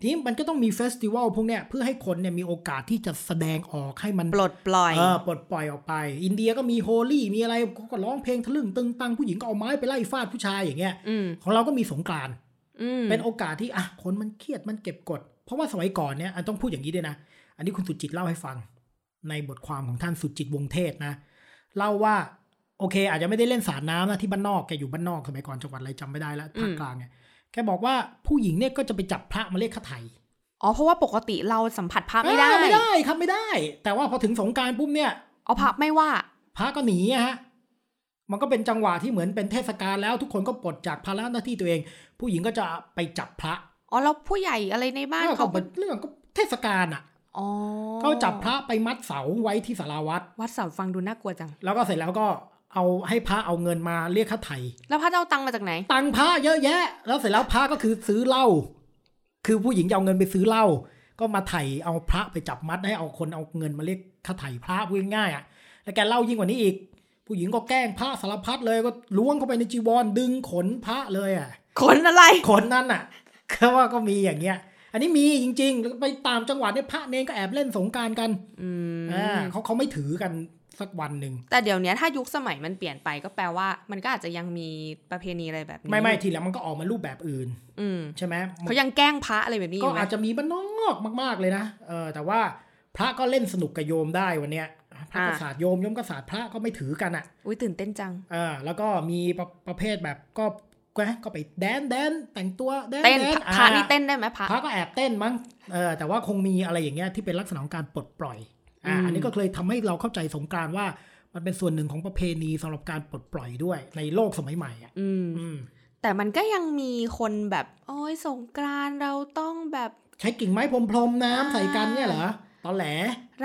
Speaker 3: ทีนี้มันก็ต้องมีเฟสติวัลพวกเนี้ยเพื่อให้คนเนี่ยมีโอกาสที่จะแสดงออกให้มัน
Speaker 2: ปลดปล่อย
Speaker 3: เออปลดปล่อยออกไป อินเดียก็มีโฮลี่มีอะไรก็ร้องเพลงทะลึ่งตึงตังผู้หญิงก็เอาไม้ไปไล่ฟาดผู้ชายอย่างเงี้ย
Speaker 2: อืม
Speaker 3: ของเราก็มีสงกราน
Speaker 2: อืม
Speaker 3: เป็นโอกาสที่อ่ะคนมันเครียดมันเก็บกด เพราะว่าสมัยก่อนเนี่ยอันต้องพูดอย่างนี้ด้วยนะ อันนี้คุณสุจิตเล่าให้ฟัง ในบทความของท่านสุจิตวงศ์เทศนะ เล่าว่า โอเค อาจจะไม่ได้เล่นสาดน้ำนะที่บ้านนอกแกอยู่บ้านนอกสมัยก่อนจังหวัดอะไรจำไม่ได้แล้วภาคกลางเนี่ยแกบอกว่าผู้หญิงเนี่ยก็จะไปจับพระมาเรียกค่าไถ่
Speaker 2: อ๋อ เพราะว่าปกติเราสัมผัสพระไม่ได้
Speaker 3: อ่าไม่ได้ครับไม่ได้ แต่ว่าพอถึงสงกรารปุ๊บเนี่ย
Speaker 2: อ๋อพระไม่ว่า
Speaker 3: พระก็หนีอะฮะ มันก็เป็นจังหวะที่เหมือนเป็นเทศกาลแล้ว ทุกคนก็ปลดจากภาระหน้าที่ตัวเอง ผู้หญิงก็จะไปจับพระ
Speaker 2: อ๋อ แล้วผู้ใหญ่อะไรในบ้าน
Speaker 3: เรื่อง
Speaker 2: เขา
Speaker 3: ก็เป็นเรื่องก็เทศกาลอะ
Speaker 2: อ๋อ
Speaker 3: ก็จับพระไปมัดเสาไว้ที่สาราวัด
Speaker 2: วัดเสาฟังดูน่ากลัวจัง
Speaker 3: แล้วก็เสร็จแล้วก็เอาให้พระเอาเงินมาเรียกค่าไถ่
Speaker 2: แล้วพระเจ้าตังค์มาจากไหน
Speaker 3: ตังค์พระเยอะแยะ แล้วเสร็จแล้วพระก็คือซื้อเหล้าคือผู้หญิงจะเอาเงินไปซื้อเหล้าก็มาไถ่เอาพระไปจับมัดให้เอาคนเอาเงินมาเรียกค่าไถ่พระพูดง่ายๆอ่ะแล้วแกเล่ายิ่งกว่านี้อีก ผู้หญิงก็แกล้งพระสารพัดเลยก็ล้วงเข้าไปในจีวรดึงขนพระเลยอ่ะ
Speaker 2: คนอะไร
Speaker 3: ขนนั่นอ่ะ ก็ว่าก็มีอย่างเงี้ย อันนี้มีจริงๆแล้วก็ไปตามจังหวัดเนี่ยพระเนนก็แอบเล่นสงกรารกัน
Speaker 2: อืม
Speaker 3: อ่าเขาเขาไม่ถือกันสักวันหนึ่ง
Speaker 2: แต่เดี๋ยวเนี้ยถ้ายุคสมัยมันเปลี่ยนไปก็แปลว่า มันก็อาจจะยังมีประเพณีอะไรแบบนี้
Speaker 3: ไม่ไม่ทีหลังมันก็ออกมารูปแบบอื่น
Speaker 2: อืม
Speaker 3: ใช่ไหม
Speaker 2: เขายังแกล้งพระอะไรแบบนี้อ
Speaker 3: ก็
Speaker 2: ยู่ไหม
Speaker 3: อาจจะมีบ้านนอกมาก ๆ เลยนะเออแต่ว่าพระก็เล่นสนุกกับโยมได้วันเนี้ยพระก็ศาสตร์โยมโยมก็ศาสตร์พระก็ไม่ถือกันอ่ะ
Speaker 2: อุ้ยตื่นเต้นจัง
Speaker 3: เออแล้วก็มีประประเภทแบบก็ก็ก็ไปแดนแดนแต่งตัวแดน
Speaker 2: เต้น
Speaker 3: แดน
Speaker 2: พระ
Speaker 3: อ่า
Speaker 2: พระนี่เต้นได้ไหมพระ
Speaker 3: พระก็แอบเต้นมั้งเออแต่ว่าคงมีอะไรอย่างเงี้ยที่เป็นลักษณะของการปลดปล่อยอ่า
Speaker 2: อืม
Speaker 3: อันนี้ก็เลยทำให้เราเข้าใจสงกรารว่ามันเป็นส่วนหนึ่งของประเพณีสำหรับการปลดปล่อยด้วยในโลกสมัยใหม่อ่ะ
Speaker 2: อืม
Speaker 3: อืม
Speaker 2: แต่มันก็ยังมีคนแบบ โอ้ยสงกรานต์เราต้องแบบ
Speaker 3: ใช้กิ่งไม้พรมพรมๆน้ำ
Speaker 2: อ่า
Speaker 3: ใส่กันเนี่ยเหรอตอนแหล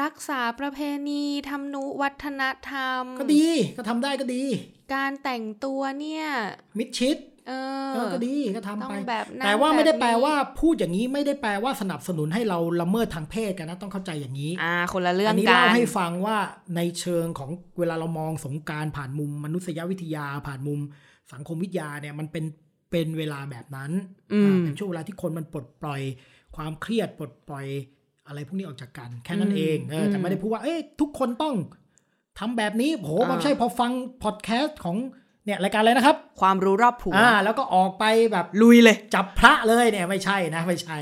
Speaker 2: รักษาประเพณีทำนุวัฒนธรรม
Speaker 3: ก็ดีก็ทำได้ก็ดี
Speaker 2: การแต่งตัวเนี่ย
Speaker 3: มิดชิด
Speaker 2: เอ
Speaker 3: เอ
Speaker 2: อ
Speaker 3: อก็ดีก็ทำ
Speaker 2: ต้อง
Speaker 3: ไป
Speaker 2: แบบนั้น
Speaker 3: แต่ว่าไม่ได้
Speaker 2: บบนี้
Speaker 3: แปลว่าพูดอย่างนี้ไม่ได้แปลว่าสนับสนุนให้เราละเมิดทางเพศกันนะต้องเข้าใจอย่างนี้
Speaker 2: อ่า คนละเรื่อง
Speaker 3: นนี้
Speaker 2: กั
Speaker 3: เล่าน ให้ฟังว่าในเชิงของเวลาเรามองสงกรารผ่านมุมมนุษยวิทยาผ่านมุมสังคมวิทยาเนี่ยมันเป็นเป็นเวลาแบบนั้น
Speaker 2: อืม
Speaker 3: อ่าเป็นช่วงเวลาที่คนมันปลดปล่อย ความเครียดปลดปล่อยอะไรพวกนี้ออกจากกัน แค่นั้น
Speaker 2: อืม
Speaker 3: เองเออแต่
Speaker 2: อืม
Speaker 3: ไม่ได้พูดว่าเอ้ยทุกคนต้องทำแบบนี้โห
Speaker 2: อ่ามั
Speaker 3: มันไม่ใช่พอฟังพอดแคสต์ของเนี่ยรายการอะไรนะครับ
Speaker 2: ความรู้รอบผัว
Speaker 3: อ่าแล้วก็ออกไปแบบ
Speaker 2: ลุยเลย
Speaker 3: จับพระเลยเนี่ยไม่ใช่นะไม่ใช่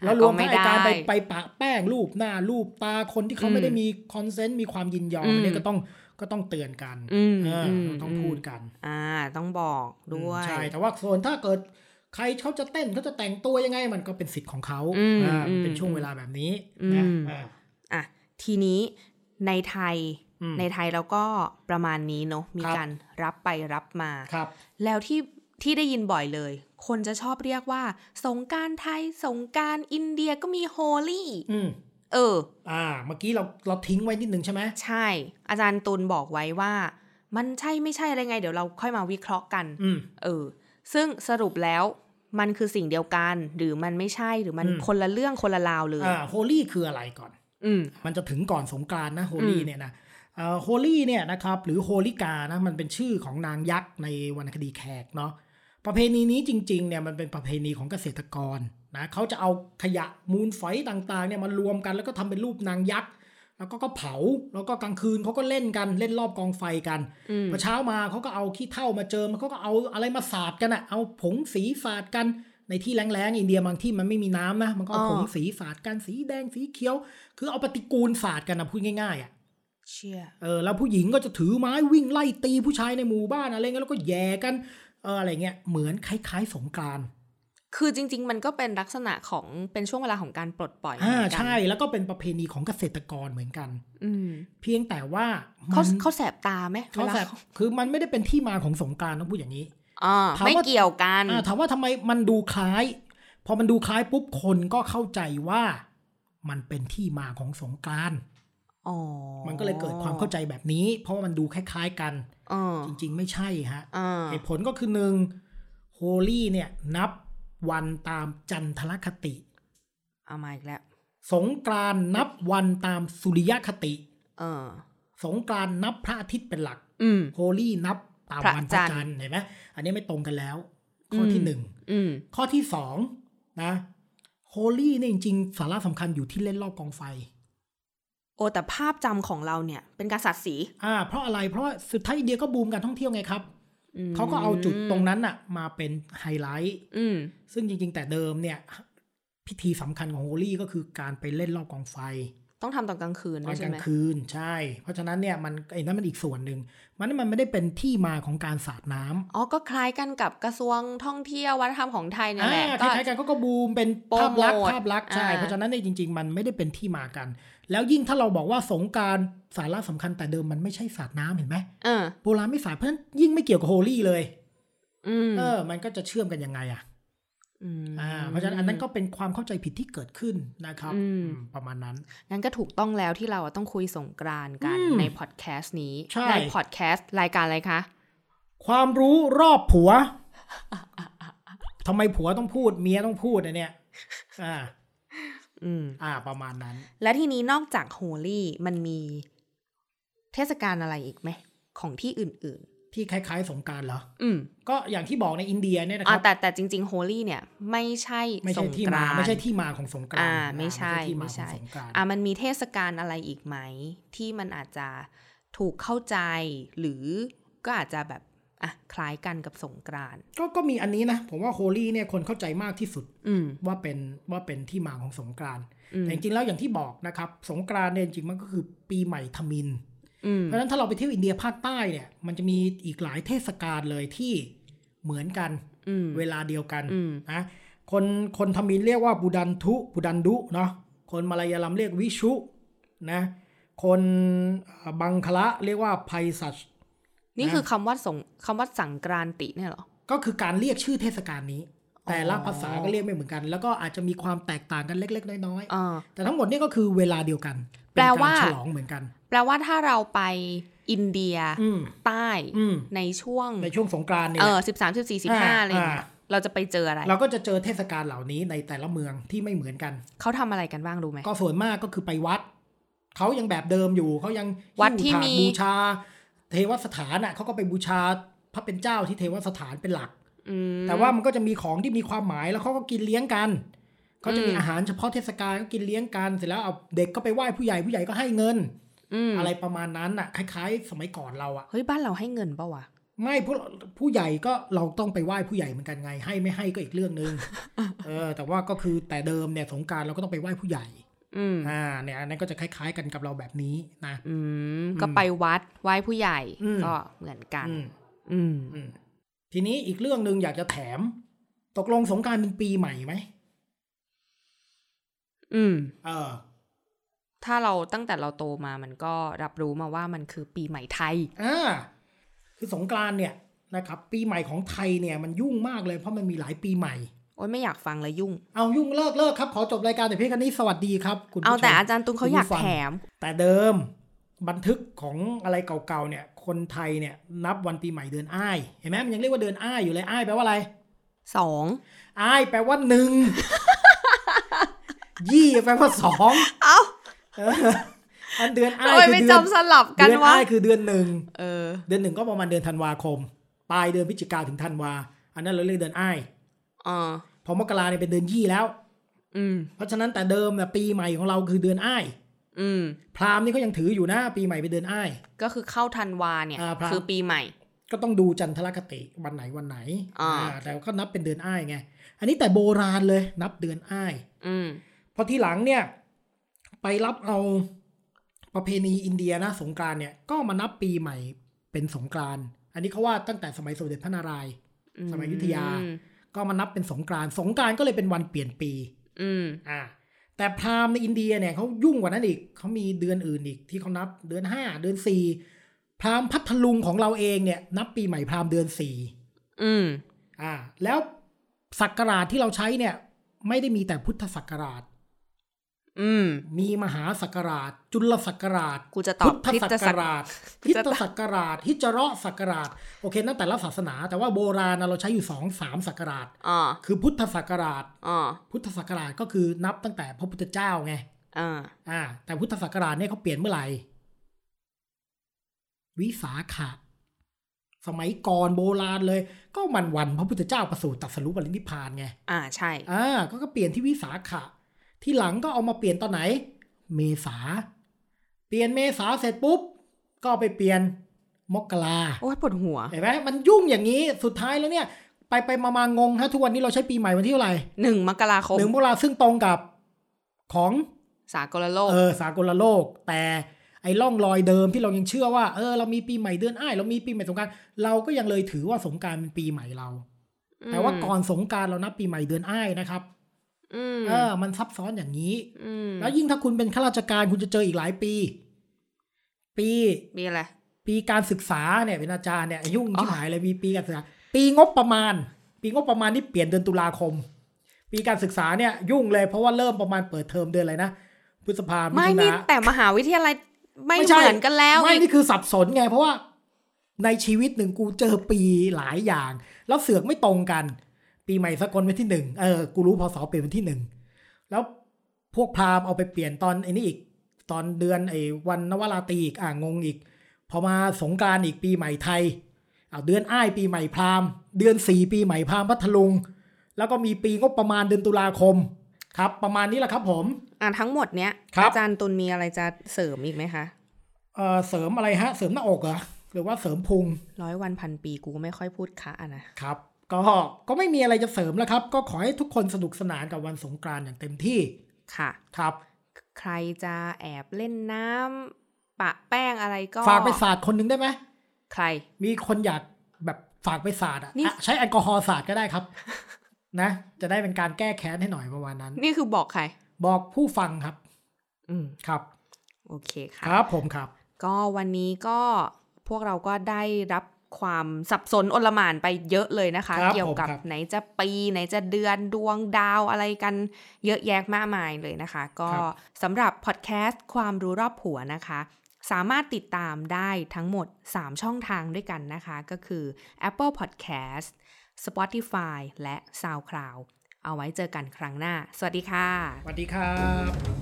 Speaker 3: แล้วรวมทั้ง
Speaker 2: ก็ไม่ได้
Speaker 3: ไอ้การไปไปปะแป้งรูปหน้ารูปตาคนที่เขาไม่ได้มีคอนเซนต์มีความยินยอม
Speaker 2: อืม
Speaker 3: อันเนี่ยก็ต้องก็ต้องเตือนกัน
Speaker 2: อืม
Speaker 3: เอออ
Speaker 2: ม
Speaker 3: ต้องพูดกัน
Speaker 2: อ่า ต้องบอกด้วย
Speaker 3: ใช่ แต่ว่าส่วนถ้าเกิดใครเขาจะเต้นเขาจะแต่งตัวยังไงมันก็เป็นสิทธิ์ของเขา
Speaker 2: อืม
Speaker 3: อ่ามันเป็น
Speaker 2: อืม
Speaker 3: ช่วงเวลาแบบนี้
Speaker 2: อื
Speaker 3: นะ
Speaker 2: ม
Speaker 3: อ่า
Speaker 2: อ่ะทีนี้ ในไทย
Speaker 3: อืม
Speaker 2: ในไทยเราก็ประมาณนี้เนอะมี
Speaker 3: ครับ
Speaker 2: การรับไปรับมา
Speaker 3: ครับ
Speaker 2: แล้วที่ที่ได้ยินบ่อยเลย คนจะชอบเรียกว่า สงกรารไทย สงกรารอินเดียก็มีโฮลี่
Speaker 3: อืม
Speaker 2: เออ
Speaker 3: อ่า เมื่อกี้เราเราทิ้งไว้นิดนึงใช่ไหม
Speaker 2: ใช่ อาจารย์ตุลบอกไว้ว่า มันใช่ไม่ใช่อะไรไง เดี๋ยวเราค่อยมาวิเคราะห์กัน
Speaker 3: อืม
Speaker 2: เออ ซึ่งสรุปแล้วมันคือสิ่งเดียวกัน หรือมันไม่ใช่หรือมัน
Speaker 3: อืม
Speaker 2: คนละเรื่องคนละราวเลย
Speaker 3: อ่าโฮลี่คืออะไรก่อน
Speaker 2: อืม
Speaker 3: มันจะถึงก่อนสงกรานต์นะโฮลี่
Speaker 2: อืม
Speaker 3: เนี่ยนะโฮลี่อ Holi เนี่ยนะครับหรือโฮลิกานะมันเป็นชื่อของนางยักษ์ในวรรณคดีแขกเนาะประเพณีนี้จริงๆเนี่ยมันเป็นประเพณีของเกษตรกรนะเขาจะเอาขยะมูลฝอยต่างๆเนี่ยมารวมกันแล้วก็ทำเป็นรูปนางยักษ์แล้วก็ก็เผาแล้วก็กลางคืนเขาก็เล่นกันเล่นรอบกองไฟกัน
Speaker 2: อืม
Speaker 3: พอเช้ามาเขาก็เอาขี้เถ้ามาเจิมเขาก็เอาอะไรมาสาดกันอะเอาผงสีสาดกันในที่แล้งๆอินเดียบางที่มันไม่มีน้ำนะมันก็เอาผงสีสาดกันสีแดงสีเขียว คือเอาปฏิกูลสาดกันนะพูดง่ายๆอะ
Speaker 2: เชื่อ
Speaker 3: เออแล้วผู้หญิงก็จะถือไม้วิ่งไล่ตีผู้ชายในหมู่บ้านอะไรเงี้ยแล้วก็แย่กันเอออะไรเงี้ยเหมือนคล้ายๆ สงกรานต์
Speaker 2: คือจริง ๆ มันก็เป็นลักษณะของเป็นช่วงเวลาของการปลดปล่อยเหมื
Speaker 3: อ่า
Speaker 2: อนกัน
Speaker 3: ใช่แล้วก็เป็นประเพณีของเกษตรกรเหมือนกัน
Speaker 2: อืม
Speaker 3: เพียงแต่ว่า
Speaker 2: เขา
Speaker 3: น
Speaker 2: เขาแสบตาไหม
Speaker 3: เขา
Speaker 2: วล
Speaker 3: แบบคือมันไม่ได้เป็นที่มาของสงกรานต์ต้องพูดอย่างนี้
Speaker 2: อ่า
Speaker 3: ถามว่า
Speaker 2: ไม่เกี่ยวกัน
Speaker 3: อ่าถามว่าทำไมมันดูคล้าย พอมันดูคล้ายปุ๊บคนก็เข้าใจว่ามันเป็นที่มาของสงกรานต์
Speaker 2: อ๋อ
Speaker 3: มันก็เลยเกิดความเข้าใจแบบนี้ เพราะว่ามันดูคล้ายๆกัน
Speaker 2: เออ
Speaker 3: จริงๆไม่ใช่ฮะ
Speaker 2: อ่า
Speaker 3: เหตุผลก็คือหนึ่งโฮลี่เนี่ยนับวันตามจันทรคติ
Speaker 2: เอามาอีกแล้ว
Speaker 3: สงกรานต์นับวันตามสุริยคติ
Speaker 2: เออ
Speaker 3: สงกรานต์นับพระอาทิตย์เป็นหลัก
Speaker 2: อืม
Speaker 3: โฮลี่นับตาม
Speaker 2: พระ
Speaker 3: วันพ
Speaker 2: จั
Speaker 3: ระ
Speaker 2: นทร์
Speaker 3: จันทร์เห็นไหมอันนี้ไม่ตรงกันแล้ว ข้ออ
Speaker 2: ม
Speaker 3: ที่หนึ่ง
Speaker 2: อืม
Speaker 3: ข้อที่สองนะโฮลี่เนี่ยจริงๆ สาระสำคัญอยู่ที่เล่นรอบกองไฟ
Speaker 2: โอแต่ภาพจำของเราเนี่ย เป็นการสัตว์สี
Speaker 3: อ่า เพราะอะไรเพราะว่าสุดท้ายอินเดียก็บูมการท่องเที่ยวไงครับ
Speaker 2: อืม
Speaker 3: เขาก็เอาจุดตรงนั้นอะมาเป็นไฮไลท์
Speaker 2: อืม
Speaker 3: ซึ่งจริงๆ แต่เดิมเนี่ย พิธีสำคัญของโฮลี่ก็คือการไปเล่นรอบกองไฟ
Speaker 2: ต้องทำตอนกลางคืน
Speaker 3: ตอ
Speaker 2: ด้วน ย
Speaker 3: ก
Speaker 2: ใช่
Speaker 3: ลา
Speaker 2: ไหม
Speaker 3: งคืนใช่ เพราะฉะนั้นเนี่ยมันไอ้นั่นมันอีกส่วนหนึ่งมันมันไม่ได้เป็นที่มาของการสาดน้ำ
Speaker 2: อ๋อก็คล้ายกันกับกระทรวงท่องเที่ยววัฒนธรรมของไทยเนี่ย
Speaker 3: อ่า
Speaker 2: แหละ
Speaker 3: ค
Speaker 2: ก็
Speaker 3: ล้ายๆกันก็ก็บูมเป็น
Speaker 2: โปร
Speaker 3: ภาพ
Speaker 2: โมท
Speaker 3: ลักษณ์ภาพลักษณ์ใช่
Speaker 2: อ่า
Speaker 3: เพราะฉะนั้นเนี่ยจริง ๆ มันไม่ได้เป็นที่มากัน แล้วยิ่งถ้าเราบอกว่าสงกรารสาระสำคัญแต่เดิมมันไม่ใช่สาดน้ำเห็นไหม
Speaker 2: เออ
Speaker 3: โบราณไม่สาดเพราะฉะนั้นยิ่งไม่เกี่ยวกับโฮลี่เลย
Speaker 2: อืม
Speaker 3: เออ มันก็จะเชื่อมกันยังไงอ่ะ
Speaker 2: ม
Speaker 3: อ่าเพราะฉะนั้นอันนั้นก็เป็นความเข้าใจผิดที่เกิดขึ้นนะครับ
Speaker 2: อืม
Speaker 3: อืมประมาณนั้น
Speaker 2: งั้นก็ถูกต้องแล้วที่เราอะต้องคุยสงกรานต์กัน
Speaker 3: อืม
Speaker 2: ในพอดแคสต์นี้
Speaker 3: ใช่
Speaker 2: พอดแคสต์รายการอะไรคะ
Speaker 3: ความรู้รอบผัว ทำไมผัวต้องพูดเมียต้องพูดนะเนี่ยอ่า
Speaker 2: อืม
Speaker 3: อ่า ประมาณนั้น
Speaker 2: และทีนี้นอกจากโฮลี่มันมีเทศกาลอะไรอีกไหม ของที่อื่น
Speaker 3: ที่คล้าย ๆ สงกรารเหรอ
Speaker 2: ๆ อืม
Speaker 3: ก็อย่างที่บอกในอินเดียเนี่ยนะค
Speaker 2: อ่า
Speaker 3: รับ
Speaker 2: แต่แต่จริงๆโฮลี่เนี่ย ไม่ใช่
Speaker 3: ไม่
Speaker 2: ส
Speaker 3: ใช่
Speaker 2: ง
Speaker 3: ที่
Speaker 2: ก
Speaker 3: มา
Speaker 2: รา
Speaker 3: ไม่
Speaker 2: น
Speaker 3: ใช่
Speaker 2: ต์
Speaker 3: ที่มาของสงกรานต์
Speaker 2: อ่า
Speaker 3: นะ
Speaker 2: ไม่ใช่
Speaker 3: ที่มา
Speaker 2: ไม่
Speaker 3: ข
Speaker 2: ใช่
Speaker 3: องสงกรานต์
Speaker 2: อ่ะมันมีเทศกาลอะไรอีกไหม ที่มันอาจจะถูกเข้าใจ หรือก็อาจจะแบบอ่ะคล้ายกันกับสงกรานต์
Speaker 3: ก็ก็มีอันนี้นะ ผมว่าโฮลี่เนี่ยคนเข้าใจมากที่สุด
Speaker 2: อืม
Speaker 3: ว่าเป็นว่าเป็นที่มาของสงกรานต์
Speaker 2: อืม
Speaker 3: แต่จริงๆแล้วอย่างที่บอกนะครับ สงกรานต์เนี่ยจริงๆมันก็คือปีใหม่ทมิน
Speaker 2: อืม
Speaker 3: เพราะฉะนั้นถ้าเราไปเที่ยวอินเดียภาคใต้เนี่ย มันจะมีอีกหลายเทศกาลเลยที่เหมือนกัน
Speaker 2: อืม
Speaker 3: เวลาเดียวกัน
Speaker 2: อืม
Speaker 3: นะคนคนทมินเรียกว่าบูดันทุบูดันดุเนาะคนมาลายาลัมเรียกวิชุนะคนเอ่อบังคละเรียกว่าไพสัช
Speaker 2: นี่คือคำว่าสงคำว่าสังกรานติเนี่ยเหรอ
Speaker 3: ก็คือการเรียกชื่อเทศกาลนี้
Speaker 2: อ๋อ
Speaker 3: แต่ละภาษาก็เรียกไม่เหมือนกัน แล้วก็อาจจะมีความแตกต่างกันเล็ก ๆ น้อย
Speaker 2: อ่า
Speaker 3: ๆแต่ทั้งหมดเนี่ยก็คือเวลาเดียวกัน
Speaker 2: แปลว่า
Speaker 3: เนกรฉลองเหมือนกัน
Speaker 2: แปลว่าถ้าเราไปอินเดีย
Speaker 3: อืม
Speaker 2: ใต้
Speaker 3: อืม
Speaker 2: ในช่วง
Speaker 3: ในช่วงสงกรานต์เนี่ย
Speaker 2: เอ
Speaker 3: แห
Speaker 2: อ
Speaker 3: ละ
Speaker 2: สิบสามสิบสี่สิบห้า
Speaker 3: อ่า
Speaker 2: อะไรอย่างเงี้ย
Speaker 3: อ่
Speaker 2: เราจะไปเจออะไร
Speaker 3: เราก็จะเจอเทศกาลเหล่านี้ในแต่ละเมืองที่ไม่เหมือนกัน
Speaker 2: เขาทำอะไรกันบ้างรู้ไหม
Speaker 3: ก็ส่วนมากก็คือไปวัด เขายังแบบเดิมอยู่ เขายัง
Speaker 2: วัดที่มี
Speaker 3: หิ้ถาดบูชา เทวสถานอ่ะเขาก็ไปบูชาพระเป็นเจ้าที่เทวสถานเป็นหลัก
Speaker 2: อืม
Speaker 3: แต่ว่ามันก็จะมีของที่มีความหมายแล้วเขาก็กินเลี้ยงกัน เขาจะมี
Speaker 2: อืม
Speaker 3: อาหารเฉพาะเทศกาลก็กินเลี้ยงกัน เสร็จแล้วเอาเด็กก็ไปไหว้ผู้ใหญ่ผู้ใหญ่ก็ให้เงิน
Speaker 2: อืม
Speaker 3: อะไรประมาณนั้นอ่ะคล้ายๆ สมัยก่อนเราอ่ะ
Speaker 2: เฮ้ยบ้านเราให้เงินปะวะ
Speaker 3: ไม่ผู้ผู้ใหญ่ก็เราต้องไปไหว้ผู้ใหญ่เหมือนกันไง ให้ไม่ให้ก็อีกเรื่อง หนึ่งเออ แต่ว่าก็คือแต่เดิมเนี่ยสงกรารเราก็ต้องไปไหว้ผู้ใหญ่
Speaker 2: อืม
Speaker 3: อ่าเนี่ยอันนั้นก็จะคล้าย ๆ กันกับเราแบบนี้นะ
Speaker 2: อืมก็ไปวัดไหว้ผู้ใหญ่
Speaker 3: อืม
Speaker 2: ก็เหมือนกัน
Speaker 3: อืม
Speaker 2: อืม
Speaker 3: อืมทีนี้อีกเรื่องหนึ่งอยากจะแถม ตกลงสงกรารเป็นปีใหม่ไหม
Speaker 2: อืม
Speaker 3: เออ
Speaker 2: ถ้าเราตั้งแต่เราโตมามันก็รับรู้มาว่ามันคือปีใหม่ไทย
Speaker 3: อ่าคือสงกรานต์เนี่ยนะครับ ปีใหม่ของไทยเนี่ยมันยุ่งมากเลยเพราะมันมีหลายปีใหม่
Speaker 2: โอ๊ยไม่อยากฟังเลยยุ่ง
Speaker 3: เอายุ่งเลิกเลิกครับ ขอจบรายการแต่เพียงแค่นี้สวัสดีครับ คุณผู้
Speaker 2: เอาแต่
Speaker 3: ชม
Speaker 2: อาจารย์ตุงเขาอยาก
Speaker 3: คุณผู้ฟัง
Speaker 2: แถม
Speaker 3: แต่เดิมบันทึกของอะไรเก่าๆเนี่ย คนไทยเนี่ยนับวันปีใหม่เดือนอ้ายเห็นไหมมันยังเรียกว่าเดือนอ้ายอยู่เลยอ้ายแปลว่าอะไร
Speaker 2: สอง
Speaker 3: อ้ายแปลว่าหนึ่ง ยี่แปลว่าสอง
Speaker 2: เอ้า
Speaker 3: เออ อันเดือน
Speaker 2: ทำ
Speaker 3: อ้า
Speaker 2: ไม
Speaker 3: ยคือ
Speaker 2: ไม่
Speaker 3: เดือน
Speaker 2: จำสลับกัน
Speaker 3: เดือน
Speaker 2: วะ
Speaker 3: อ้ายคือเดือนหนึ่ง
Speaker 2: เออ
Speaker 3: เดือนหนึ่งก็ประมาณเดือนธันวาคม ปลายเดือนพฤศจิกาถึงธันวา อันนั้นเราเรียกเดือนอ้าย
Speaker 2: อ่า
Speaker 3: พอมกราเนี่ยเป็นเดือนยี่แล้ว
Speaker 2: อืม
Speaker 3: เพราะฉะนั้นแต่เดิมเนี่ยปีใหม่ของเราคือเดือนอ้าย
Speaker 2: อืม
Speaker 3: พราหมณ์นี่เขายังถืออยู่นะปีใหม่เป็นเดือนอ้าย
Speaker 2: ก็คือเข้าธันวาเนี่ย
Speaker 3: อ่าพระ
Speaker 2: คือปีใหม่
Speaker 3: ก็ต้องดูจันทรคติวันไหนวันไหน
Speaker 2: อ่า
Speaker 3: อ่าแต่ก็นับเป็นเดือนอ้ายไง อันนี้แต่โบราณเลยนับเดือนอ้าย
Speaker 2: อืม
Speaker 3: พอทีหลังเนี่ย ไปรับเอาประเพณีอินเดียนะสงกรานต์เนี่ยก็มานับปีใหม่เป็นสงกรานต์อันนี้เขาว่าตั้งแต่สมัยสมเด็จพระนารายณ์ สมัยอยุธยา
Speaker 2: อืม
Speaker 3: ก็มานับเป็นสงกรานต์สงกรานต์ก็เลยเป็นวันเปลี่ยนปี
Speaker 2: อืม
Speaker 3: อ่า แต่พราหมณ์ในอินเดียเนี่ยเขายุ่งกว่านั้นอีกเขามีเดือนอื่นอีกที่เขานับเดือนห้าเดือนสี่พราหมณ์พัทลุงของเราเองเนี่ย นับปีใหม่พราหมณ์เดือนสี่
Speaker 2: อืม
Speaker 3: อ่า แล้วศักราชที่เราใช้เนี่ย ไม่ได้มีแต่พุทธศักราช
Speaker 2: อืม
Speaker 3: มีมหาศักราช จุลศักราช
Speaker 2: กูจะตอบ
Speaker 3: พุทธศักราช
Speaker 2: คริ
Speaker 3: ฮิ
Speaker 2: ส
Speaker 3: ต
Speaker 2: ตศักราช
Speaker 3: ศักราช ฮิจเราะห์ศักราช โอเคนั่นแต่ละศาสนา แต่ว่าโบราณน่ะเราใช้อยู่สองสามศักราช
Speaker 2: อ่า
Speaker 3: คือพุทธศักราช
Speaker 2: อ่า
Speaker 3: พุทธศักราชก็คือนับตั้งแต่พระพุทธเจ้าไง
Speaker 2: อ่า
Speaker 3: อ่า แต่พุทธศักราชเนี่ยเขาเปลี่ยนเมื่อไหร่ วิสาขะ สมัยก่อนโบราณเลย ก็มันวันพระพุทธเจ้าประสูติตรัสรู้ปรินิพพานไง
Speaker 2: อ่าใช่
Speaker 3: อ่าก็ก็เปลี่ยนที่วิสาขะ ที่หลังก็เอามาเปลี่ยนตอนไหน เมษา เปลี่ยนเมษาเสร็จปุ๊บ ก็ไปเปลี่ยนมกรา
Speaker 2: โอ้ยปวดหัว
Speaker 3: เห็นไหมมันยุ่งอย่างนี้สุดท้ายแล้วเนี่ย ไปไปมามางงฮะทุกวันนี้เราใช้ปีใหม่วันที่เท่าไหร่
Speaker 2: หนึ่งมกราคม
Speaker 3: หนึ่งมกราซึ่งตรงกับของ
Speaker 2: สากลโลก
Speaker 3: เออสากลโลก แต่ไอ้ล่องรอยเดิมที่เรายังเชื่อว่าเออเรามีปีใหม่เดือนอ้ายเรามีปีใหม่สงกรารเราก็ยังเลยถือว่าสงกรารเป็นปีใหม่เรา แต่ว่าก่อนสงกรารเรานับปีใหม่เดือนอ้ายนะครับ
Speaker 2: อืม
Speaker 3: เออ มันซับซ้อนอย่างนี้
Speaker 2: อืม
Speaker 3: แล้วยิ่งถ้าคุณเป็นข้าราชการคุณจะเจออีกหลายปี ปี
Speaker 2: มีอะไร
Speaker 3: ปีการศึกษาเนี่ยเป็นอาจารย์เนี่ยยุ่ง
Speaker 2: อ๋อ
Speaker 3: ที่หายเลยมีปีการศึกษา ปีงบประมาณ ปีงบประมาณนี่เปลี่ยนเดือนตุลาคม ปีการศึกษาเนี่ยยุ่งเลยเพราะว่าเริ่มประมาณเปิดเทอมเดือนอะไรนะพฤษภา
Speaker 2: ไม่
Speaker 3: ถุ
Speaker 2: นี่
Speaker 3: นา
Speaker 2: แต่มหาวิทยาลัยไม่
Speaker 3: ใช่
Speaker 2: เหมือนกันแล้ว
Speaker 3: ไม่
Speaker 2: อีก
Speaker 3: นี่คือสับสนไง เพราะว่าในชีวิตหนึ่งกูเจอปีหลายอย่าง แล้วเสือกไม่ตรงกัน ปีใหม่สกลวันที่หนึ่งเออกูรู้พศเปลี่ยนวันที่หนึ่ง แล้วพวกพราหมณ์เอาไปเปลี่ยนตอนไอ้นี่อีก ตอนเดือนไอ้วันนวราตรีอีกอ่างงอีก พอมาสงกรารอีกปีใหม่ไทยเอาเดือนอ้ายปีใหม่พราหมณ์เดือนสี่ปีใหม่พราหมณ์พัทลุง แล้วก็มีปีงบประมาณเดือนตุลาคม ครับ ประมาณนี้แหละครับผม
Speaker 2: อ่ะทั้งหมดเนี้ย
Speaker 3: ครับ
Speaker 2: อาจารย์ตุลมีอะไรจะเสริมอีกไหมคะ
Speaker 3: เอ่อเสริมอะไรฮะ เสริมหน้าอกเหรอหรือว่าเสริมพุง
Speaker 2: ร้อยวันพันปีกูก็ไม่ค่อยพูดคะอ่ะนะครับ
Speaker 3: ก็ก็ไม่มีอะไรจะเสริมแล้วครับ ก็ขอให้ทุกคนสนุกสนานกับวันสงกรานต์อย่างเต็มที่
Speaker 2: ค่ะ
Speaker 3: ครับ
Speaker 2: ใครจะแอบเล่นน้ำปะแป้งอะไรก็
Speaker 3: ฝากไปศาสตร์คนหนึ่งได้ไหม
Speaker 2: ใคร
Speaker 3: มีคนอยากแบบฝากไปสาดอะ
Speaker 2: นี่
Speaker 3: อ่ะใช้แอลกอฮอล์สาดก็ได้ครับ นะ จะได้เป็นการแก้แค้นให้หน่อยประมาณนั้น
Speaker 2: นี่คือบอกใคร
Speaker 3: บอกผู้ฟังครับ
Speaker 2: อืม
Speaker 3: ครับ
Speaker 2: โอเค
Speaker 3: ค
Speaker 2: ค่ะ
Speaker 3: รับผมครับ
Speaker 2: ก็วันนี้ก็พวกเราก็ได้รับความสับสนอลหม่านไปเยอะเลยนะคะ
Speaker 3: ครับ
Speaker 2: เกี่ยวกับ
Speaker 3: ผมครับ
Speaker 2: ไหนจะปีไหนจะเดือนดวงดาวอะไรกันเยอะแยะมากมายเลยนะคะ ก็
Speaker 3: ครับ
Speaker 2: สำหรับพอดแคสต์ความรู้รอบหัวนะคะ สามารถติดตามได้ทั้งหมด 3 ช่องทางด้วยกันนะคะ ก็คือ Apple Podcast Spotify และ SoundCloud เอาไว้เจอกันครั้งหน้า สวัสดีค่ะ
Speaker 3: สวัสดีครับ